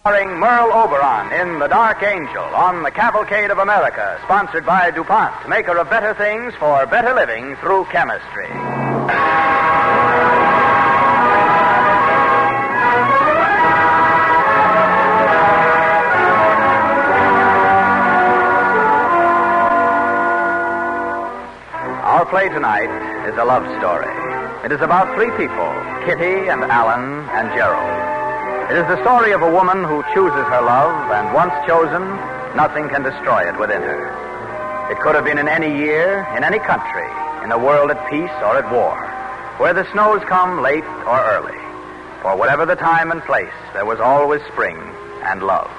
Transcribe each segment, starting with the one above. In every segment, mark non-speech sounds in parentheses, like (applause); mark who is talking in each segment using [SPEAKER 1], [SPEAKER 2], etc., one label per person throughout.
[SPEAKER 1] Starring Merle Oberon in The Dark Angel on the Cavalcade of America, sponsored by DuPont, maker of better things for better living through chemistry. Our play tonight is a love story. It is about three people Kitty and Alan and Gerald. It is the story of a woman who chooses her love, and once chosen, nothing can destroy it within her. It could have been in any year, in any country, in a world at peace or at war, where the snows come late or early. For whatever the time and place, there was always spring and love.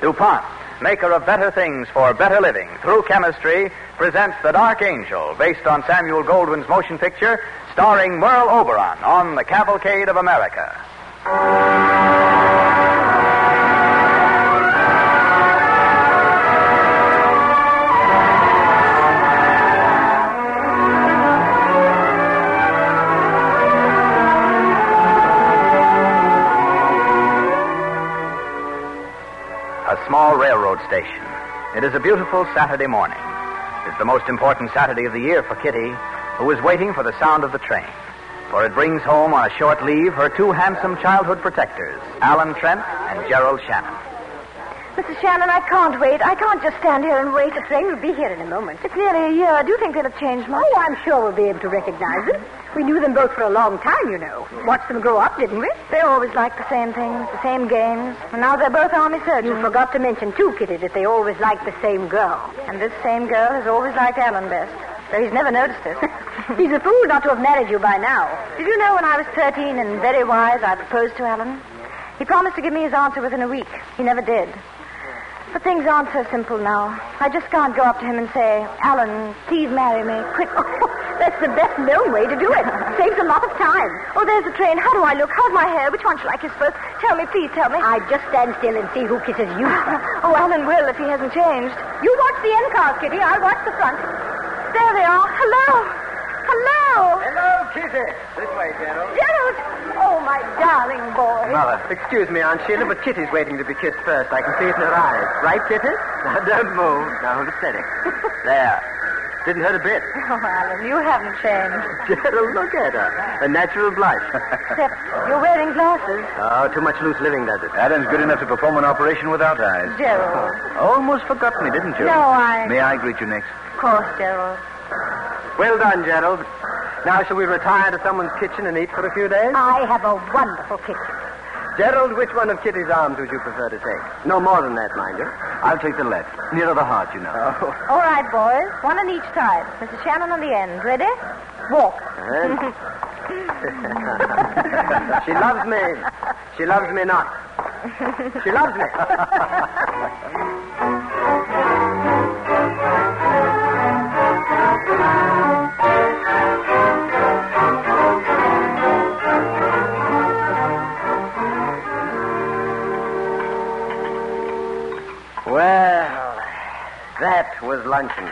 [SPEAKER 1] DuPont, maker of better things for better living through chemistry, presents The Dark Angel, based on Samuel Goldwyn's motion picture, starring Merle Oberon on The Cavalcade of America. A small railroad station. It is a beautiful Saturday morning. It's the most important Saturday of the year for Kitty, who is waiting for the sound of the train. For it brings home on a short leave her two handsome childhood protectors, Alan Trent and Gerald Shannon.
[SPEAKER 2] Mrs. Shannon, I can't wait. I can't just stand here and wait. The train will be here in a moment. It's nearly a year. Do you think they'll have changed much? Oh, I'm sure we'll be able to recognize them. We knew them both for a long time, you know. Watched them grow up, didn't we? They always liked the same things, the same games. And now they're both army surgeons. You forgot to mention, too, Kitty, that they always liked the same girl. And this same girl has always liked Alan best. Though he's never noticed it. (laughs) he's a fool not to have married you by now. Did you know when I was 13 and very wise, I proposed to Alan? He promised to give me his answer within a week. He never did. But things aren't so simple now. I just can't go up to him and say, Alan, please marry me, (laughs) quick. that's the best known way to do (laughs) it. Saves a lot of time. Oh, there's the train. How do I look? How's my hair? Which one shall I kiss first? Tell me, please tell me. I just stand still and see who kisses you. (laughs) oh, Alan will if he hasn't changed. You watch the end cars, Kitty. I'll watch the front. There they are. Hello. Hello.
[SPEAKER 3] Hello, Kitty. This way, Gerald.
[SPEAKER 2] Gerald. Oh, my darling boy.
[SPEAKER 3] Mother, uh, excuse me, Aunt Sheila, but Kitty's waiting to be kissed first. I can see it in her eyes. Right, Kitty? (laughs) Now, don't move. Now, hold it
[SPEAKER 4] (laughs)
[SPEAKER 3] steady. there. Didn't hurt a bit.
[SPEAKER 2] (laughs)
[SPEAKER 3] (laughs)
[SPEAKER 2] Oh, Alan, you haven't changed.
[SPEAKER 3] Gerald, look at her. A natural blush.
[SPEAKER 2] Except you're wearing glasses.
[SPEAKER 3] (laughs) oh, too much loose living does it.
[SPEAKER 4] Adam's good enough to perform an operation without eyes.
[SPEAKER 2] Gerald.
[SPEAKER 4] Almost forgot me, didn't you?
[SPEAKER 2] No, I-
[SPEAKER 4] May I greet you next?
[SPEAKER 2] Of course, Gerald.
[SPEAKER 3] Well done, Gerald. Now, shall we retire to someone's kitchen and eat for a few days?
[SPEAKER 2] I have a wonderful kitchen.
[SPEAKER 3] Gerald, which one of Kitty's arms would you prefer to take? No more than that, mind you.
[SPEAKER 4] I'll take the left, nearer the heart, you know.
[SPEAKER 3] Oh.
[SPEAKER 2] All right, boys. One on each side. Mrs. Shannon on the end. Ready? Walk.
[SPEAKER 3] She loves me. She loves me not. She loves me. Well, that was luncheon.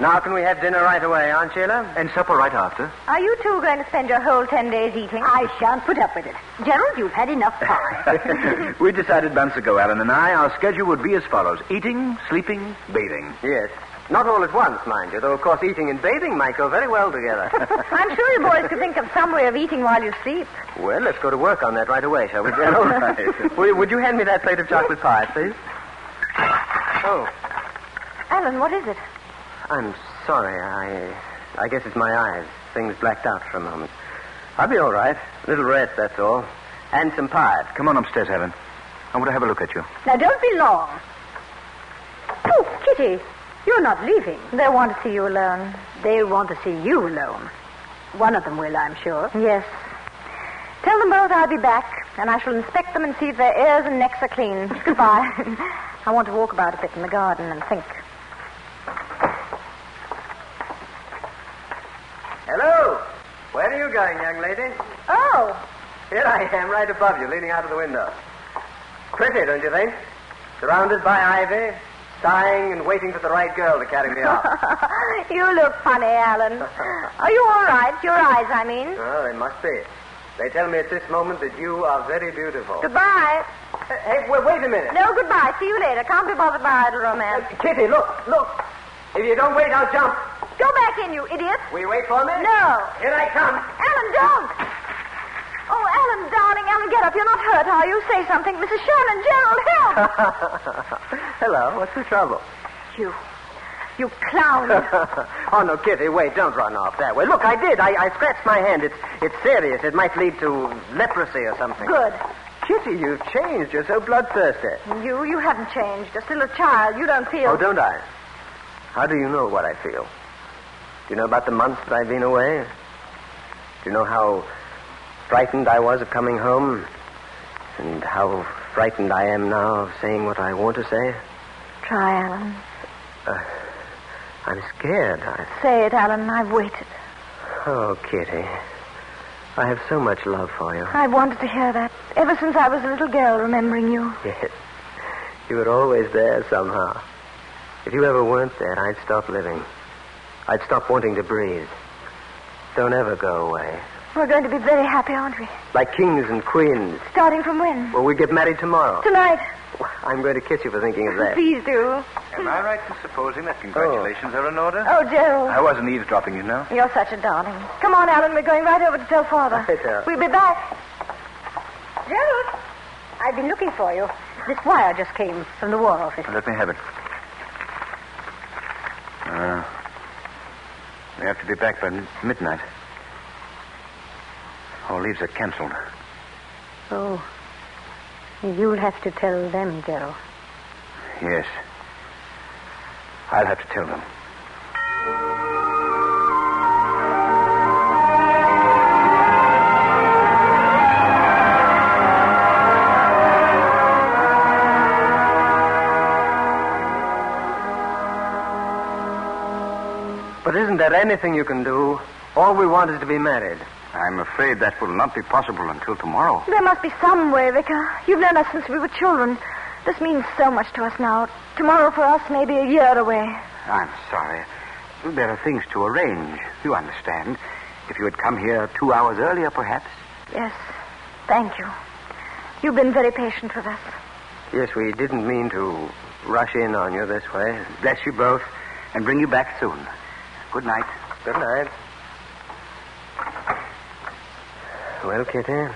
[SPEAKER 3] Now, can we have dinner right away, Aunt Sheila?
[SPEAKER 4] And supper right after.
[SPEAKER 2] Are you two going to spend your whole ten days eating? I shan't put up with it. Gerald, you've had enough (laughs) pie.
[SPEAKER 4] we decided months ago, Alan and I, our schedule would be as follows eating, sleeping, bathing.
[SPEAKER 3] Yes. Not all at once, mind you, though, of course, eating and bathing might go very well together.
[SPEAKER 5] (laughs)
[SPEAKER 2] I'm sure you boys could think of some way of eating while you sleep.
[SPEAKER 3] well, let's go to work on that right away, shall we, Jen? all right. (laughs) Will you- Would you hand me that plate of chocolate pie, please? Oh,
[SPEAKER 2] Alan, what is it?
[SPEAKER 3] I'm sorry. I, I guess it's my eyes. Things blacked out for a moment. I'll be all right. little rest, that's all. And some pie.
[SPEAKER 6] Come on upstairs, Helen. I want to have a look at you.
[SPEAKER 2] Now, don't be long. Oh, Kitty, you're not leaving. They want to see you alone. They want to see you alone. One of them will, I'm sure. Yes. Tell them both I'll be back, and I shall inspect them and see if their ears and necks are (laughs) clean. Goodbye. I want to walk about a bit in the garden and think. (laughs)
[SPEAKER 3] Hello. Where are you going, young lady?
[SPEAKER 2] Oh,
[SPEAKER 3] Here I am, right above you, leaning out of the window. Pretty, don't you think? Surrounded by ivy, sighing and waiting for the right girl to carry
[SPEAKER 2] (laughs)
[SPEAKER 3] me off.
[SPEAKER 2] you look funny, Alan. Are you all right? Your eyes, I mean.
[SPEAKER 3] oh, they must be. They tell me at this moment that you are very beautiful.
[SPEAKER 2] Goodbye.
[SPEAKER 3] Hey, wait, wait a minute.
[SPEAKER 2] No, goodbye. See you later. Can't be bothered by idle
[SPEAKER 3] Uh,
[SPEAKER 2] romance.
[SPEAKER 3] Kitty, look, look. If you don't wait, I'll jump.
[SPEAKER 2] Go back in, you idiot.
[SPEAKER 3] Will you wait for me?
[SPEAKER 2] No.
[SPEAKER 3] Here I come. (laughs)
[SPEAKER 2] Alan, don't! Oh, Alan, darling, Alan, get up. You're not hurt, are you? Say something. Mrs. Sherman, Gerald, help!
[SPEAKER 3] Hello, what's the trouble?
[SPEAKER 2] you. You clown.
[SPEAKER 3] (laughs) oh, no, Kitty, wait, don't run off that way. Look, I did. I, I scratched my hand. It's, it's serious. It might lead to leprosy or something.
[SPEAKER 2] Good.
[SPEAKER 3] Kitty, you've changed. You're so bloodthirsty.
[SPEAKER 2] (laughs) You, you haven't changed. You're still a child. You don't feel.
[SPEAKER 3] Oh, don't I? How do you know what I feel? Do you know about the months that I've been away? Do you know how frightened I was of coming home? And how frightened I am now of saying what I want to say?
[SPEAKER 2] Try, Alan.
[SPEAKER 3] I'm scared. I,
[SPEAKER 2] Say it, Alan. I've waited.
[SPEAKER 3] oh, Kitty. I have so much love for you.
[SPEAKER 2] I wanted to hear that ever since I was a little girl, remembering you.
[SPEAKER 3] Yes. (laughs) You were always there somehow. If you ever weren't there, I'd stop living. I'd stop wanting to breathe. Don't ever go away.
[SPEAKER 2] We're going to be very happy, aren't we?
[SPEAKER 3] Like kings and queens.
[SPEAKER 2] Starting from when?
[SPEAKER 3] Well, we get married tomorrow. (laughs)
[SPEAKER 2] Tonight.
[SPEAKER 3] I'm going to kiss you for thinking of that.
[SPEAKER 2] Please do.
[SPEAKER 6] Am I right in supposing that congratulations are in order?
[SPEAKER 2] Oh, Gerald.
[SPEAKER 6] I wasn't eavesdropping, you know.
[SPEAKER 2] You're such a darling. Come on, Alan. We're going right over to tell Father.
[SPEAKER 3] Right, Al.
[SPEAKER 2] We'll be back. Gerald, I've been looking for you. This wire just came from the War Office.
[SPEAKER 6] (laughs) Let me have it. Uh, we have to be back by m- midnight. All leaves are cancelled.
[SPEAKER 2] Oh. You'll have to tell them, Gerald.
[SPEAKER 6] Yes. I'll have to tell them.
[SPEAKER 3] But isn't there anything you can do? All we want is to be married.
[SPEAKER 6] I'm afraid that will not be possible until tomorrow.
[SPEAKER 2] There must be some way, Vicar. You've known us since we were children. This means so much to us now. Tomorrow for us may be a year away.
[SPEAKER 6] I'm sorry. There are things to arrange. You understand. If you had come here two hours earlier, perhaps.
[SPEAKER 2] Yes. Thank you. You've been very patient with us.
[SPEAKER 3] Yes, we didn't mean to rush in on you this way.
[SPEAKER 6] Bless you both, and bring you back soon. Good night.
[SPEAKER 3] Good night. Well, Kitty,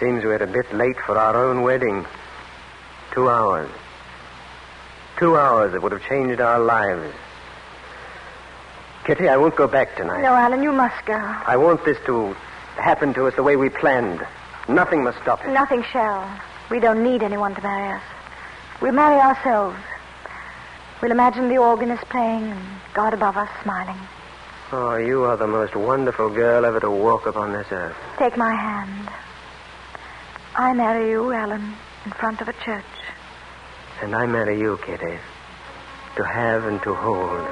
[SPEAKER 3] seems we're a bit late for our own wedding. Two hours. Two hours that would have changed our lives. Kitty, I won't go back tonight.
[SPEAKER 2] No, Alan, you must go.
[SPEAKER 3] I want this to happen to us the way we planned. Nothing must stop it.
[SPEAKER 2] Nothing shall. We don't need anyone to marry us. We marry ourselves. We'll imagine the organ is playing and God above us smiling.
[SPEAKER 3] Oh, you are the most wonderful girl ever to walk upon this earth.
[SPEAKER 2] Take my hand. I marry you, Alan, in front of a church.
[SPEAKER 3] And I marry you, Kitty. To have and to hold.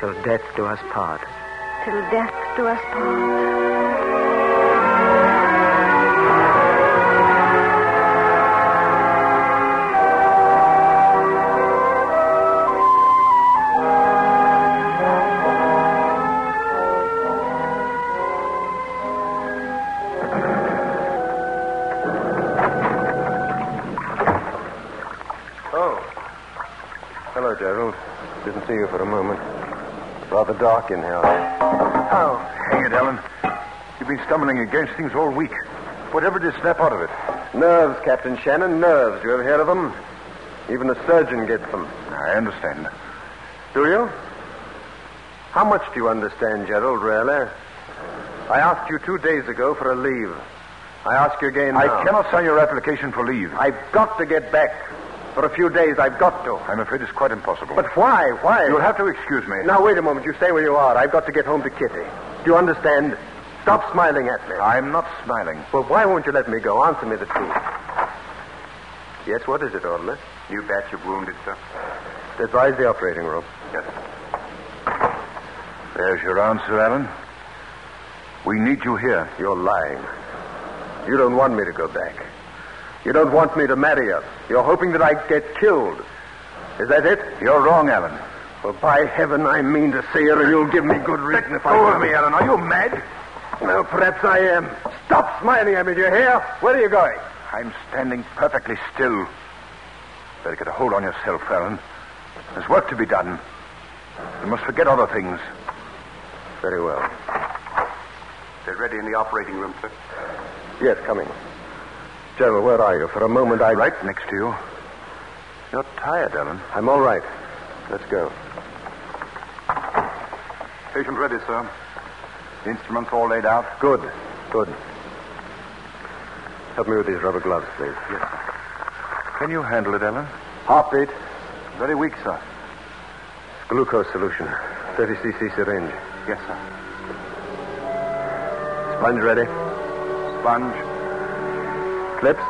[SPEAKER 3] Till death do us part.
[SPEAKER 2] Till death do us part.
[SPEAKER 3] Oh. The
[SPEAKER 7] Hello, Gerald. Didn't see you for a moment. Rather dark in here. Oh.
[SPEAKER 8] How? Hang it, Ellen. You've been stumbling against things all week. Whatever did snap out of it?
[SPEAKER 7] Nerves, Captain Shannon, nerves. You ever heard of them? Even a surgeon gets them.
[SPEAKER 8] I understand.
[SPEAKER 7] Do you? How much do you understand, Gerald, really? I asked you two days ago for a leave. I ask you again
[SPEAKER 8] I
[SPEAKER 7] now.
[SPEAKER 8] cannot sign your application for leave.
[SPEAKER 7] I've got to get back. For a few days, I've got to.
[SPEAKER 8] I'm afraid it's quite impossible.
[SPEAKER 7] But why? Why?
[SPEAKER 8] You'll have to excuse me.
[SPEAKER 7] Now, wait a moment. You stay where you are. I've got to get home to Kitty. Do you understand? Stop smiling at me.
[SPEAKER 8] I'm not smiling.
[SPEAKER 7] Well, why won't you let me go? Answer me the truth. Yes, what is it, Orderly?
[SPEAKER 9] New batch of wounded, sir.
[SPEAKER 7] Advise the operating room.
[SPEAKER 9] Yes.
[SPEAKER 8] There's your answer, Alan. We need you here.
[SPEAKER 7] You're lying. You don't want me to go back. You don't want me to marry us. You're hoping that I get killed. Is that it?
[SPEAKER 8] You're wrong, Alan.
[SPEAKER 7] Well, by heaven, I mean to see her, and you'll give me good reason if I.
[SPEAKER 8] Go with me, Alan. Are you mad?
[SPEAKER 7] Well, perhaps I am. Stop smiling at me, do you hear? Where are you going?
[SPEAKER 8] I'm standing perfectly still. Better get a hold on yourself, Alan. There's work to be done. You must forget other things.
[SPEAKER 7] Very well.
[SPEAKER 9] They're ready in the operating room, sir.
[SPEAKER 7] Yes, coming. General, where are you? For a moment, I.
[SPEAKER 8] Right next to you. You're tired, Alan.
[SPEAKER 7] I'm all right. Let's go.
[SPEAKER 9] Patient ready, sir.
[SPEAKER 8] The instruments all laid out.
[SPEAKER 7] Good. Good. Help me with these rubber gloves, please.
[SPEAKER 8] Can you handle it, Alan?
[SPEAKER 7] Heartbeat,
[SPEAKER 8] Very weak, sir.
[SPEAKER 7] glucose solution, 30 cc syringe.
[SPEAKER 9] Yes, sir.
[SPEAKER 7] Sponge ready.
[SPEAKER 9] Sponge.
[SPEAKER 7] Clips,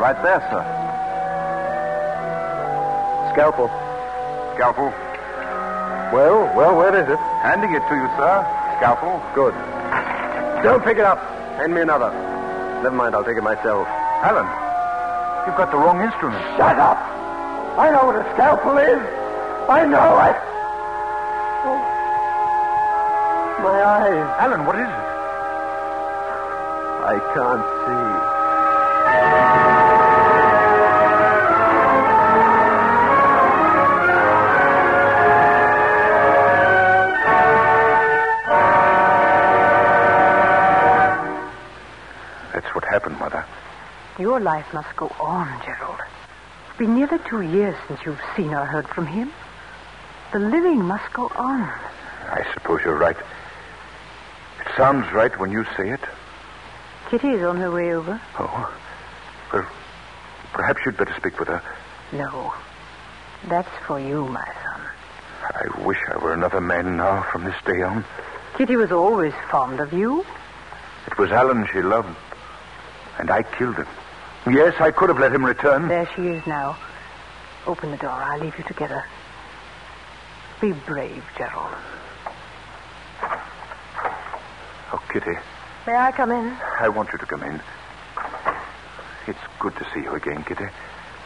[SPEAKER 9] Right there, sir.
[SPEAKER 7] scalpel.
[SPEAKER 9] Scalpel.
[SPEAKER 7] Well, well, where is it?
[SPEAKER 9] Handing it to you, sir. Scalpel.
[SPEAKER 7] Good. Don't pick it up. Hand me another. Never mind, I'll take it myself.
[SPEAKER 8] Alan, you've got the wrong instrument.
[SPEAKER 7] Shut up! I know what a scalpel is. I know it. Oh. My eyes.
[SPEAKER 8] Alan, what is it?
[SPEAKER 7] I can't see.
[SPEAKER 8] That's what happened, Mother.
[SPEAKER 5] Your life must go on, Gerald. It's been nearly two years since you've seen or heard from him. The living must go on.
[SPEAKER 8] I suppose you're right. It sounds right when you say it.
[SPEAKER 5] Kitty is on her way over.
[SPEAKER 8] Oh. Well, perhaps you'd better speak with her.
[SPEAKER 5] No. That's for you, my son.
[SPEAKER 8] I wish I were another man now from this day on.
[SPEAKER 5] Kitty was always fond of you.
[SPEAKER 8] It was Alan she loved, and I killed him. Yes, I could have let him return.
[SPEAKER 5] There she is now. Open the door. I'll leave you together. Be brave, Gerald.
[SPEAKER 8] Oh, Kitty,
[SPEAKER 5] May I come in?
[SPEAKER 8] I want you to come in. It's good to see you again, Kitty.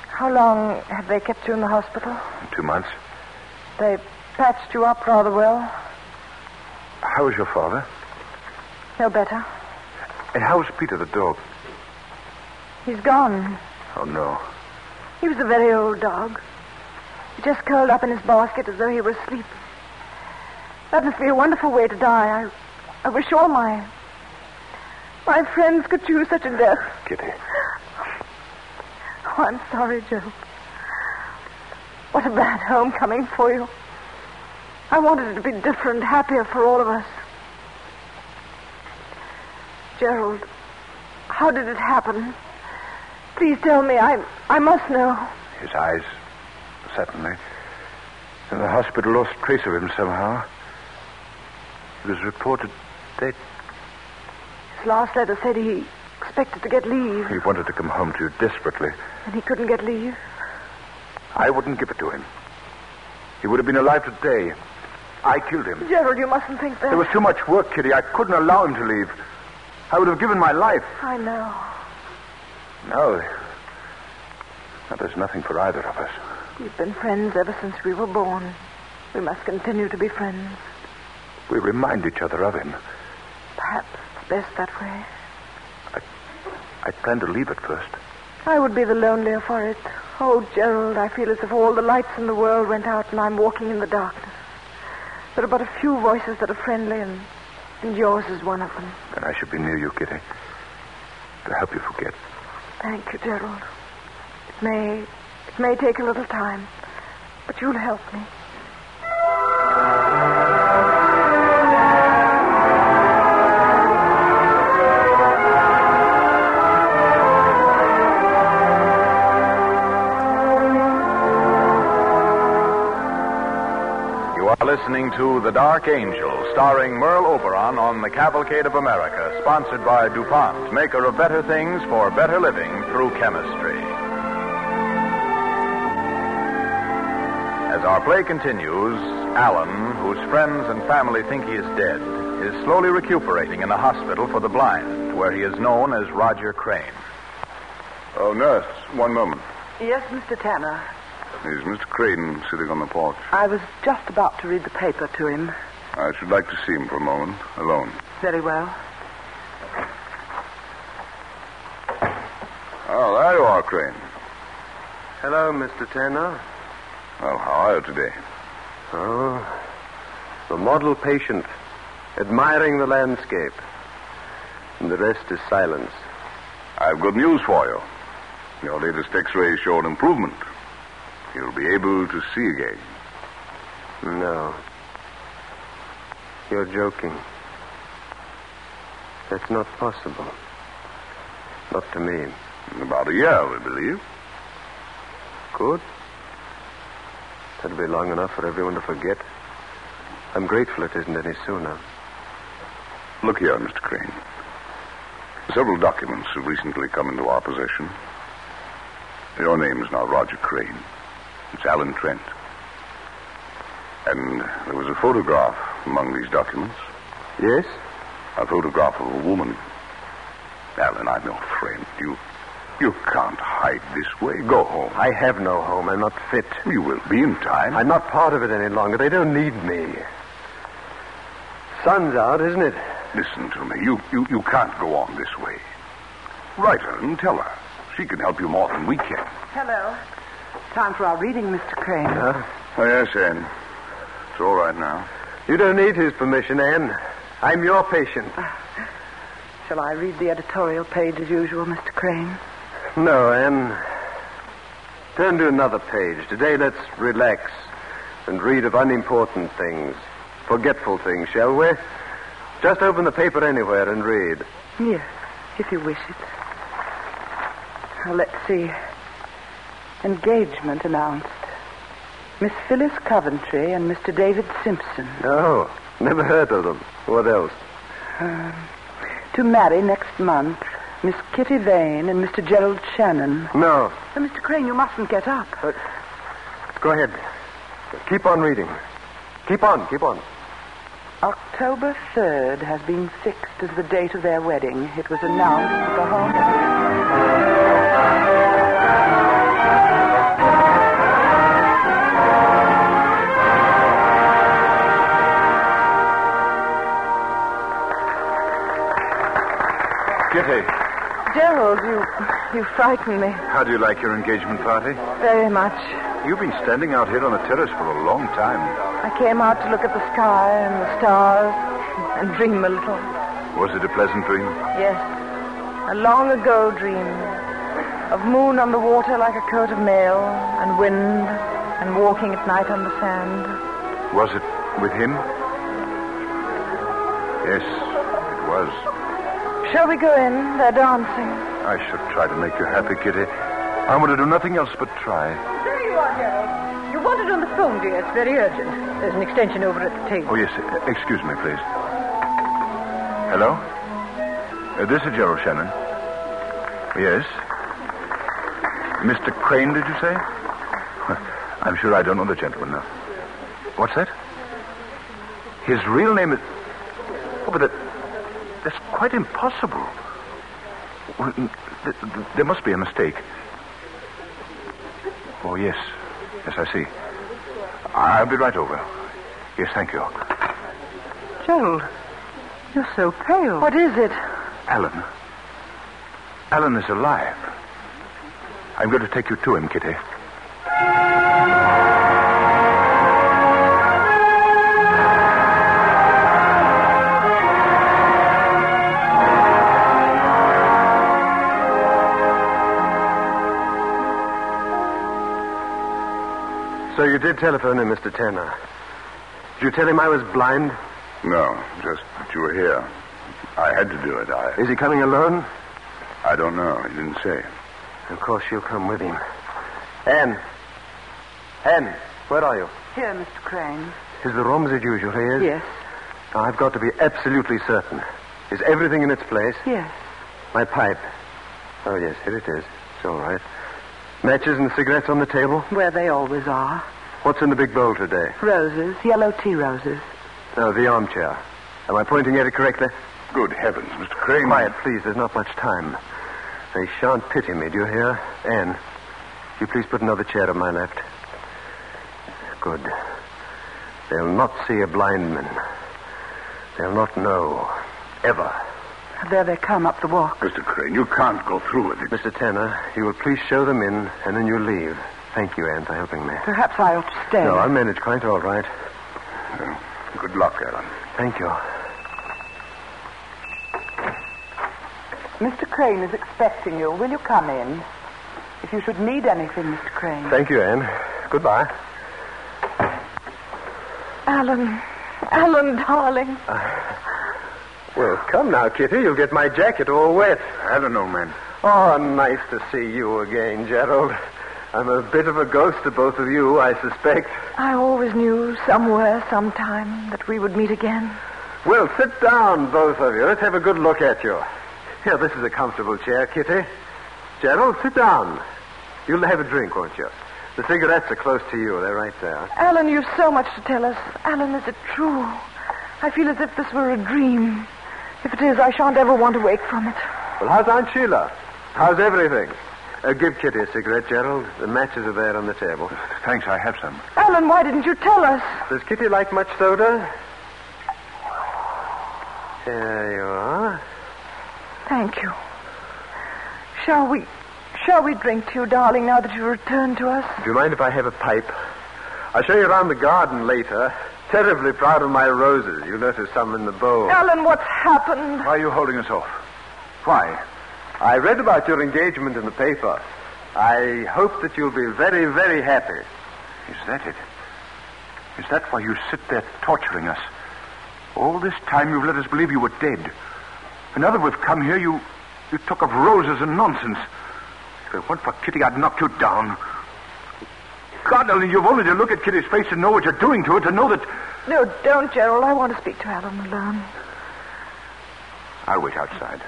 [SPEAKER 5] How long have they kept you in the hospital?
[SPEAKER 8] Two months.
[SPEAKER 5] They patched you up rather well.
[SPEAKER 8] How is your father?
[SPEAKER 5] No better.
[SPEAKER 8] And how's Peter the dog?
[SPEAKER 5] He's gone.
[SPEAKER 8] Oh, no.
[SPEAKER 5] He was a very old dog. He just curled up in his basket as though he were asleep. That must be a wonderful way to die. I, I wish all my my friends could choose such a death.
[SPEAKER 8] Kitty,
[SPEAKER 5] Oh, I'm sorry, Joe. What a bad homecoming for you. I wanted it to be different, happier for all of us. Gerald, how did it happen? Please tell me. I I must know.
[SPEAKER 8] his eyes, suddenly. And the hospital lost trace of him somehow. It was reported that
[SPEAKER 5] His last letter said he expected to get leave,
[SPEAKER 8] he wanted to come home to you desperately.
[SPEAKER 5] and he couldn't get leave.
[SPEAKER 8] I wouldn't give it to him. He would have been alive today. I killed him.
[SPEAKER 5] Gerald, you mustn't think that.
[SPEAKER 8] There was too much work, Kitty. I couldn't allow him to leave. I would have given my life.
[SPEAKER 5] I know.
[SPEAKER 8] No. Now, there's nothing for either of us.
[SPEAKER 5] We've been friends ever since we were born. We must continue to be friends.
[SPEAKER 8] We remind each other of him.
[SPEAKER 5] Perhaps it's best that way.
[SPEAKER 8] I planned to leave at first.
[SPEAKER 5] I would be the lonelier for it. Oh, Gerald, I feel as if all the lights in the world went out and I'm walking in the darkness. There are but a few voices that are friendly, and, and yours is one of them.
[SPEAKER 9] Then I should be near you, Kitty, to help you forget.
[SPEAKER 5] Thank you, Gerald. It may, it may take a little time, but you'll help me.
[SPEAKER 10] You are listening to The Dark Angel, starring Merle Oberon on The Cavalcade of America, sponsored by DuPont, maker of better things for better living through chemistry. As our play continues, Alan, whose friends and family think he is dead, is slowly recuperating in a hospital for the blind, where he is known as Roger Crane.
[SPEAKER 9] Oh, nurse, one moment.
[SPEAKER 11] Yes, Mr. Tanner.
[SPEAKER 9] Is Mr. Crane sitting on the porch?
[SPEAKER 11] I was just about to read the paper to him.
[SPEAKER 9] I should like to see him for a moment, alone.
[SPEAKER 11] Very well.
[SPEAKER 9] Oh, there you are, Crane.
[SPEAKER 7] Hello, Mr. Tanner.
[SPEAKER 9] Well, how are you today?
[SPEAKER 7] Oh, the model patient, admiring the landscape. And the rest is silence.
[SPEAKER 9] I've good news for you. Your latest X-ray showed improvement. You'll be able to see again.
[SPEAKER 7] No. You're joking. That's not possible. Not to me.
[SPEAKER 9] In about a year, we believe.
[SPEAKER 7] Good. That'll be long enough for everyone to forget. I'm grateful it isn't any sooner.
[SPEAKER 9] Look here, Mr. Crane. Several documents have recently come into our possession. Your name's now Roger Crane. It's Alan Trent. And there was a photograph among these documents.
[SPEAKER 7] Yes?
[SPEAKER 9] A photograph of a woman. Alan, I'm your friend. You you can't hide this way. Go home.
[SPEAKER 7] I have no home. I'm not fit.
[SPEAKER 9] You will be in time.
[SPEAKER 7] I'm not part of it any longer. They don't need me. Sun's out, isn't it?
[SPEAKER 9] Listen to me. You, you you can't go on this way. Write her and tell her. She can help you more than we can.
[SPEAKER 11] Hello. Time for our reading, Mr. Crane.
[SPEAKER 9] Oh, yes, Anne. It's all right now.
[SPEAKER 7] You don't need his permission, Anne. I'm your patient.
[SPEAKER 11] Shall I read the editorial page as usual, Mr. Crane?
[SPEAKER 7] No, Anne. Turn to another page. Today, let's relax and read of unimportant things, forgetful things, shall we? Just open the paper anywhere and read.
[SPEAKER 11] Yes, if you wish it. Now, let's see. Engagement announced. Miss Phyllis Coventry and Mr. David Simpson
[SPEAKER 7] Oh, never heard of them. What else?
[SPEAKER 11] to marry next month. Miss Kitty Vane and Mr. Gerald Shannon.
[SPEAKER 7] No. uh,
[SPEAKER 11] Oh, Mr. Crane, you mustn't get up.
[SPEAKER 7] Go ahead. Keep on reading. Keep on, keep on.
[SPEAKER 11] October 3rd has been fixed as the date of their wedding. It was announced at the home.
[SPEAKER 9] Kitty,
[SPEAKER 11] Gerald, you, you frighten me
[SPEAKER 9] how do you like your engagement party?
[SPEAKER 11] very much.
[SPEAKER 9] You've been standing out here on the terrace for a long time.
[SPEAKER 11] I came out to look at the sky and the stars and dream a little.
[SPEAKER 9] Was it a pleasant dream?
[SPEAKER 11] Yes, a long ago dream of moon on the water like a coat of mail and wind and walking at night on the sand.
[SPEAKER 9] Was it with him? Yes, it was.
[SPEAKER 11] Shall we go in? They're dancing.
[SPEAKER 9] I should try to make you happy, Kitty. I want to do nothing else but try.
[SPEAKER 5] There you are, Gerald. You want it on the phone, dear. It's very urgent. There's an extension over at the table.
[SPEAKER 9] Oh, yes, uh, excuse me, please. Hello? Uh, this is Gerald Shannon. Yes? Mr. Crane, did you say? (laughs) I'm sure I don't know the gentleman now. What's that? His real name is. Oh, but that, that's quite impossible. Well, n- th- th- There must be a mistake. Oh, yes. Yes, I see. I'll be right over. Yes, thank you.
[SPEAKER 11] Gerald, you're so pale. What is it?
[SPEAKER 9] Alan. Alan is alive.
[SPEAKER 8] I'm going to take you to him, Kitty.
[SPEAKER 7] So you did telephone him, Mr. Turner. Did you tell him I was blind?
[SPEAKER 8] No, just that you were here. I had to do it. I
[SPEAKER 7] Is he coming alone?
[SPEAKER 8] I don't
[SPEAKER 9] Oh,
[SPEAKER 8] know. He didn't say.
[SPEAKER 7] Of course, you'll come with him. Anne. Anne, where are you?
[SPEAKER 5] Here, Mr. Crane.
[SPEAKER 7] Is the room as it usually is?
[SPEAKER 5] Yes.
[SPEAKER 7] I've got to be absolutely certain. Is everything in its place?
[SPEAKER 5] Yes.
[SPEAKER 7] My pipe. Oh, yes, here it is. It's all right. Matches and cigarettes on the table?
[SPEAKER 5] Where they always are.
[SPEAKER 7] What's in the big bowl today?
[SPEAKER 5] Roses, yellow tea roses.
[SPEAKER 7] Oh, the armchair. Am I pointing at it correctly?
[SPEAKER 8] Good heavens, Mr. Crane.
[SPEAKER 7] Quiet, please. There's not much time. They shan't pity me, do you hear? Anne, you please put another chair on my left. Good. They'll not see a blind man. They'll not know. Ever.
[SPEAKER 5] There they come up the walk.
[SPEAKER 8] Mr. Crane, you can't go through with it.
[SPEAKER 7] Mr. Tanner, you will please show them in, and then you leave. Thank you, Anne, for helping me.
[SPEAKER 5] Perhaps I ought to stay.
[SPEAKER 7] No, I'll manage quite all right.
[SPEAKER 8] Good luck, Alan.
[SPEAKER 7] Thank you.
[SPEAKER 5] Mr. Crane is expecting you. Will you come in? If you should need anything, Mr. Crane.
[SPEAKER 7] Thank you, Anne. Goodbye.
[SPEAKER 5] Alan. Alan, darling.
[SPEAKER 7] Well, come now, Kitty. You'll get my jacket all wet.
[SPEAKER 8] I don't know, man.
[SPEAKER 7] Oh, nice to see you again, Gerald. I'm a bit of a ghost to both of you, I suspect.
[SPEAKER 5] I always knew somewhere, sometime, that we would meet again.
[SPEAKER 7] Well, sit down, both of you. Let's have a good look at you. Here, this is a comfortable chair, Kitty. Gerald, sit down. You'll have a drink, won't you? The cigarettes are close to you. They're right there.
[SPEAKER 5] Alan, you've so much to tell us. Alan, is it true? I feel as if this were a dream. If it is, I shan't ever want to wake from it.
[SPEAKER 7] Well, how's Aunt Sheila? How's everything? Uh, give Kitty a cigarette, Gerald. The matches are there on the table.
[SPEAKER 8] Thanks, I have some.
[SPEAKER 5] Alan, why didn't you tell us?
[SPEAKER 7] Does Kitty like much soda? There you are.
[SPEAKER 5] Thank you. Shall we. Shall we drink to you, darling, now that you return to us?
[SPEAKER 7] Do you mind if I have a pipe? I'll show you around the garden later. Terribly proud of my roses. You'll notice some in the bowl.
[SPEAKER 5] Alan, what's happened?
[SPEAKER 8] Why are you holding us off? Why?
[SPEAKER 7] I read about your engagement in the paper. I hope that you'll be very, very happy.
[SPEAKER 8] Is that it? Is that why you sit there torturing us? All this time you've let us believe you were dead. And now that we've come here, you you talk of roses and nonsense. If it weren't for Kitty, I'd knock you down. God, Ellen, you've only to look at Kitty's face to know what you're doing to her, to know that.
[SPEAKER 5] No, don't, Gerald. I want to speak to Alan alone.
[SPEAKER 8] I'll wait outside.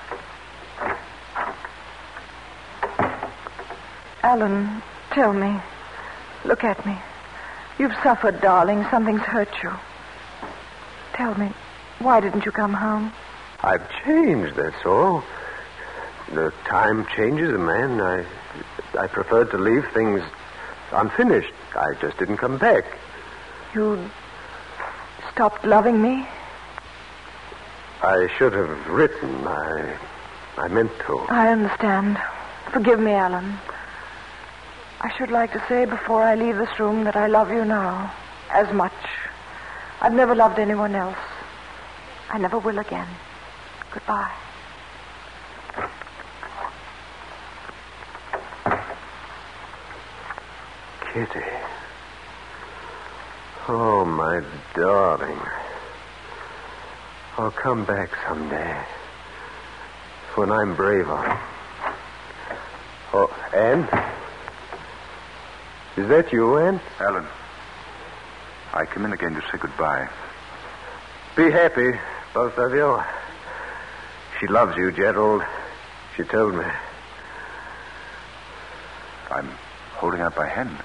[SPEAKER 5] Alan, tell me. Look at me. You've suffered, darling. Something's hurt you. Tell me, why didn't you come home?
[SPEAKER 7] I've changed, that's all. The time changes a man. I, I preferred to leave things unfinished. I just didn't come back.
[SPEAKER 5] You stopped loving me?
[SPEAKER 7] I should have written. I, I meant to.
[SPEAKER 5] I understand. Forgive me, Alan. I should like to say before I leave this room that I love you now as much. I've never loved anyone else. I never will again. Goodbye.
[SPEAKER 7] Kitty. Oh, my darling. I'll come back someday. When I'm braver. Oh, Anne? Is that you, Anne?
[SPEAKER 8] Alan, I came in again to say goodbye.
[SPEAKER 7] Be happy, both of you. She loves you, Gerald. She told me.
[SPEAKER 8] I'm holding out my hand.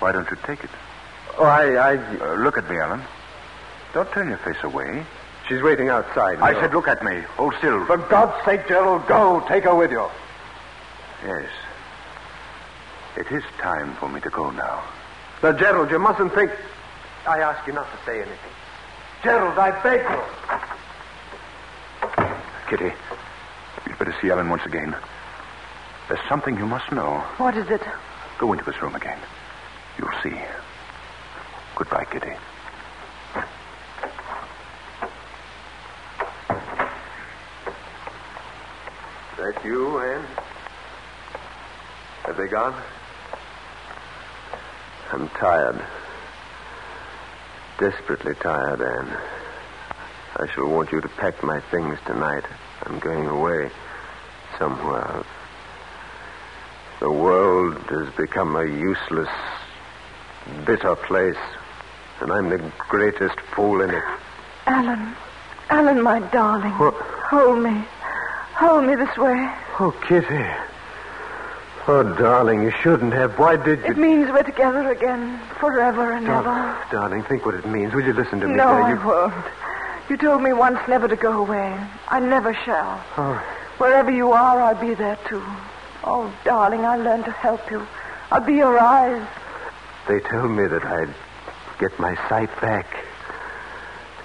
[SPEAKER 8] Why don't you take it?
[SPEAKER 7] Oh, I, I.
[SPEAKER 8] Uh, look at me, Alan. Don't turn your face away.
[SPEAKER 7] She's waiting outside.
[SPEAKER 8] I
[SPEAKER 7] No.
[SPEAKER 8] said, look at me. Hold still.
[SPEAKER 7] For God's sake, Gerald, go. Take her with you.
[SPEAKER 8] Yes. It is time for me to go now.
[SPEAKER 7] Now, Gerald, you mustn't think. I ask you not to say anything. Gerald, I beg you.
[SPEAKER 8] Kitty, you'd better see Ellen once again. There's something you must know.
[SPEAKER 5] What is it?
[SPEAKER 8] Go into his room again. You'll see. Goodbye, Kitty.
[SPEAKER 12] That you, Anne? Have they gone?
[SPEAKER 7] I'm tired. Desperately tired, Anne. I shall want you to pack my things tonight. I'm going away somewhere. The world has become a useless, bitter place, and I'm the greatest fool in it.
[SPEAKER 5] Alan. Alan, my darling. Hold me. Hold me this way.
[SPEAKER 7] Oh, Kitty. Oh, darling, you shouldn't have. Why did you.
[SPEAKER 5] It means we're together again, forever and
[SPEAKER 7] Dar-
[SPEAKER 5] ever.
[SPEAKER 7] Oh, Darling, think what it means. Will you listen to me?
[SPEAKER 5] No,
[SPEAKER 7] dear?
[SPEAKER 5] I
[SPEAKER 7] You-
[SPEAKER 5] won't. You told me once never to go away. I never shall.
[SPEAKER 7] Oh.
[SPEAKER 5] Wherever you are, I'll be there too. Oh, darling, I'll learn to help you. I'll be your eyes.
[SPEAKER 7] They told me that I'd get my sight back.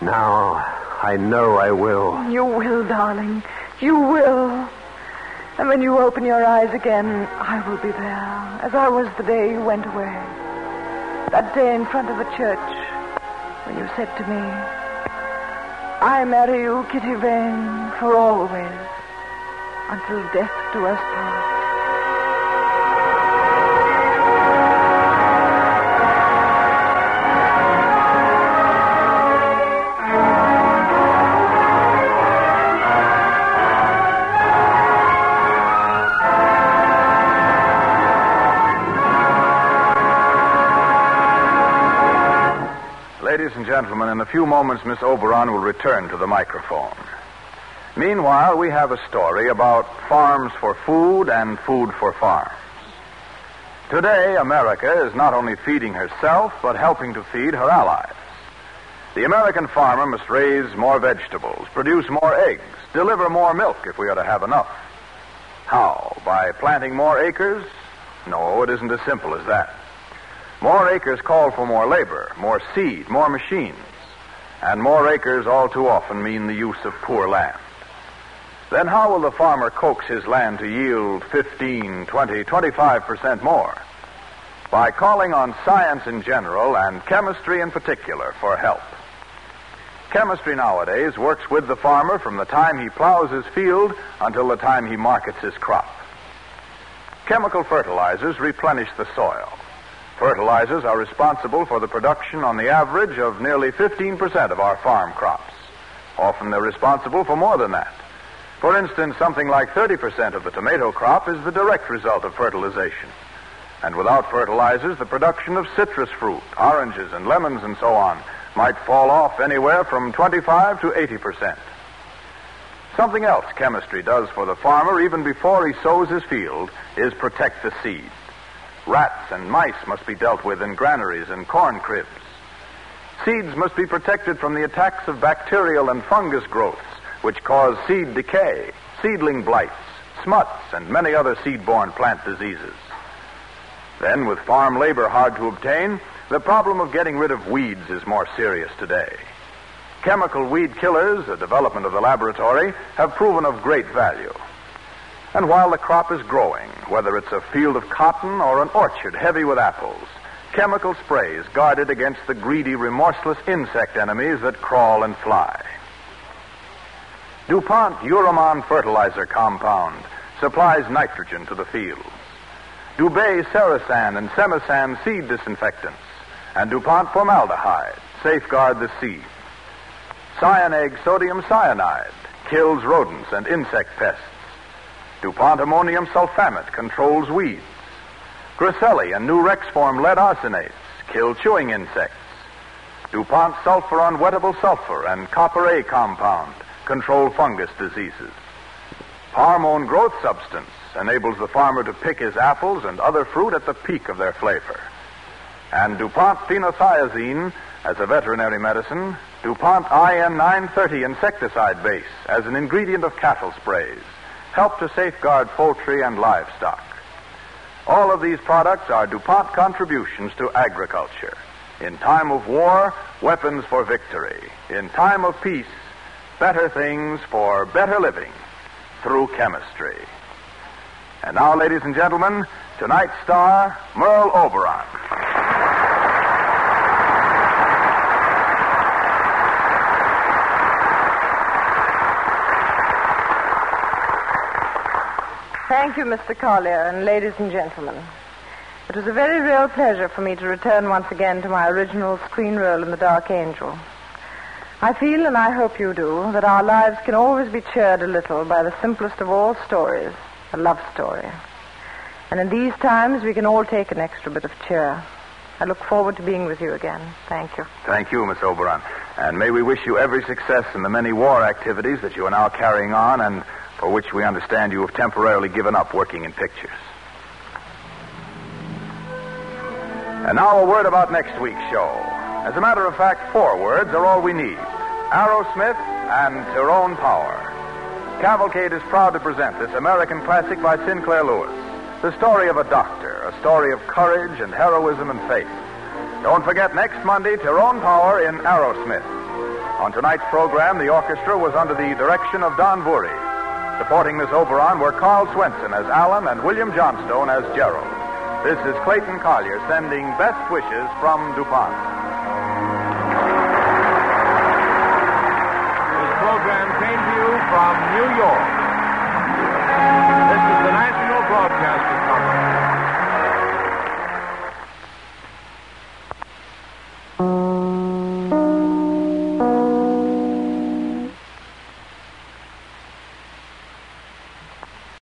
[SPEAKER 7] Now I know I will.
[SPEAKER 5] You will, darling. You will. And when you open your eyes again, I will be there, as I was the day you went away. That day in front of the church, when you said to me, I marry you, Kitty Vane, for always, until death do us part.
[SPEAKER 10] Ladies and gentlemen, in a few moments, Miss Oberon will return to the microphone. Meanwhile, we have a story about farms for food and food for farms. Today, America is not only feeding herself, but helping to feed her allies. The American farmer must raise more vegetables, produce more eggs, deliver more milk if we are to have enough. How? By planting more acres? No, it isn't as simple as that. More acres call for more labor, more seed, more machines. And more acres all too often mean the use of poor land. Then how will the farmer coax his land to yield 15, 20, 25% more? By calling on science in general and chemistry in particular for help. Chemistry nowadays works with the farmer from the time he plows his field until the time he markets his crop. Chemical fertilizers replenish the soil. Fertilizers are responsible for the production on the average of nearly 15% of our farm crops. Often they're responsible for more than that. For instance, something like 30% of the tomato crop is the direct result of fertilization. And without fertilizers, the production of citrus fruit, oranges, and lemons and so on might fall off anywhere from 25 to 80%. Something else chemistry does for the farmer even before he sows his field is protect the seed. Rats and mice must be dealt with in granaries and corn cribs. Seeds must be protected from the attacks of bacterial and fungus growths, which cause seed decay, seedling blights, smuts, and many other seed-borne plant diseases. Then, with farm labor hard to obtain, the problem of getting rid of weeds is more serious today. Chemical weed killers, a development of the laboratory, have proven of great value. And while the crop is growing, whether it's a field of cotton or an orchard heavy with apples, chemical spray is guarded against the greedy, remorseless insect enemies that crawl and fly. DuPont Uramon fertilizer compound supplies nitrogen to the fields. Dubay Sarasan and Semisan seed disinfectants and DuPont formaldehyde safeguard the seed. Cyaneg sodium cyanide kills rodents and insect pests. DuPont ammonium sulfamate controls weeds. Grosselli and new Rexform lead arsenates kill chewing insects. DuPont sulfur unwettable sulfur and copper A compound control fungus diseases. Hormone growth substance enables the farmer to pick his apples and other fruit at the peak of their flavor. And DuPont phenothiazine as a veterinary medicine, DuPont IN 930 insecticide base as an ingredient of cattle sprays help to safeguard poultry and livestock. All of these products are DuPont contributions to agriculture. In time of war, weapons for victory. In time of peace, better things for better living through chemistry. And now, ladies and gentlemen, tonight's star, Merle Oberon.
[SPEAKER 5] Thank you, Mr. Collier, and ladies and gentlemen. It was a very real pleasure for me to return once again to my original screen role in The Dark Angel. I feel, and I hope you do, that our lives can always be cheered a little by the simplest of all stories, a love story. And in these times, we can all take an extra bit of cheer. I look forward to being with you again. Thank you.
[SPEAKER 10] Thank you, Miss Oberon. And may we wish you every success in the many war activities that you are now carrying on and for which we understand you have temporarily given up working in pictures. And now a word about next week's show. As a matter of fact, four words are all we need Aerosmith and Tyrone Power. Cavalcade is proud to present this American classic by Sinclair Lewis. The story of a doctor, a story of courage and heroism and faith. Don't forget next Monday, Tyrone Power in Aerosmith. On tonight's program, the orchestra was under the direction of Don Vury. Supporting Miss Oberon were Carl Swenson as Alan and William Johnstone as Gerald. This is Clayton Collier sending best wishes from DuPont.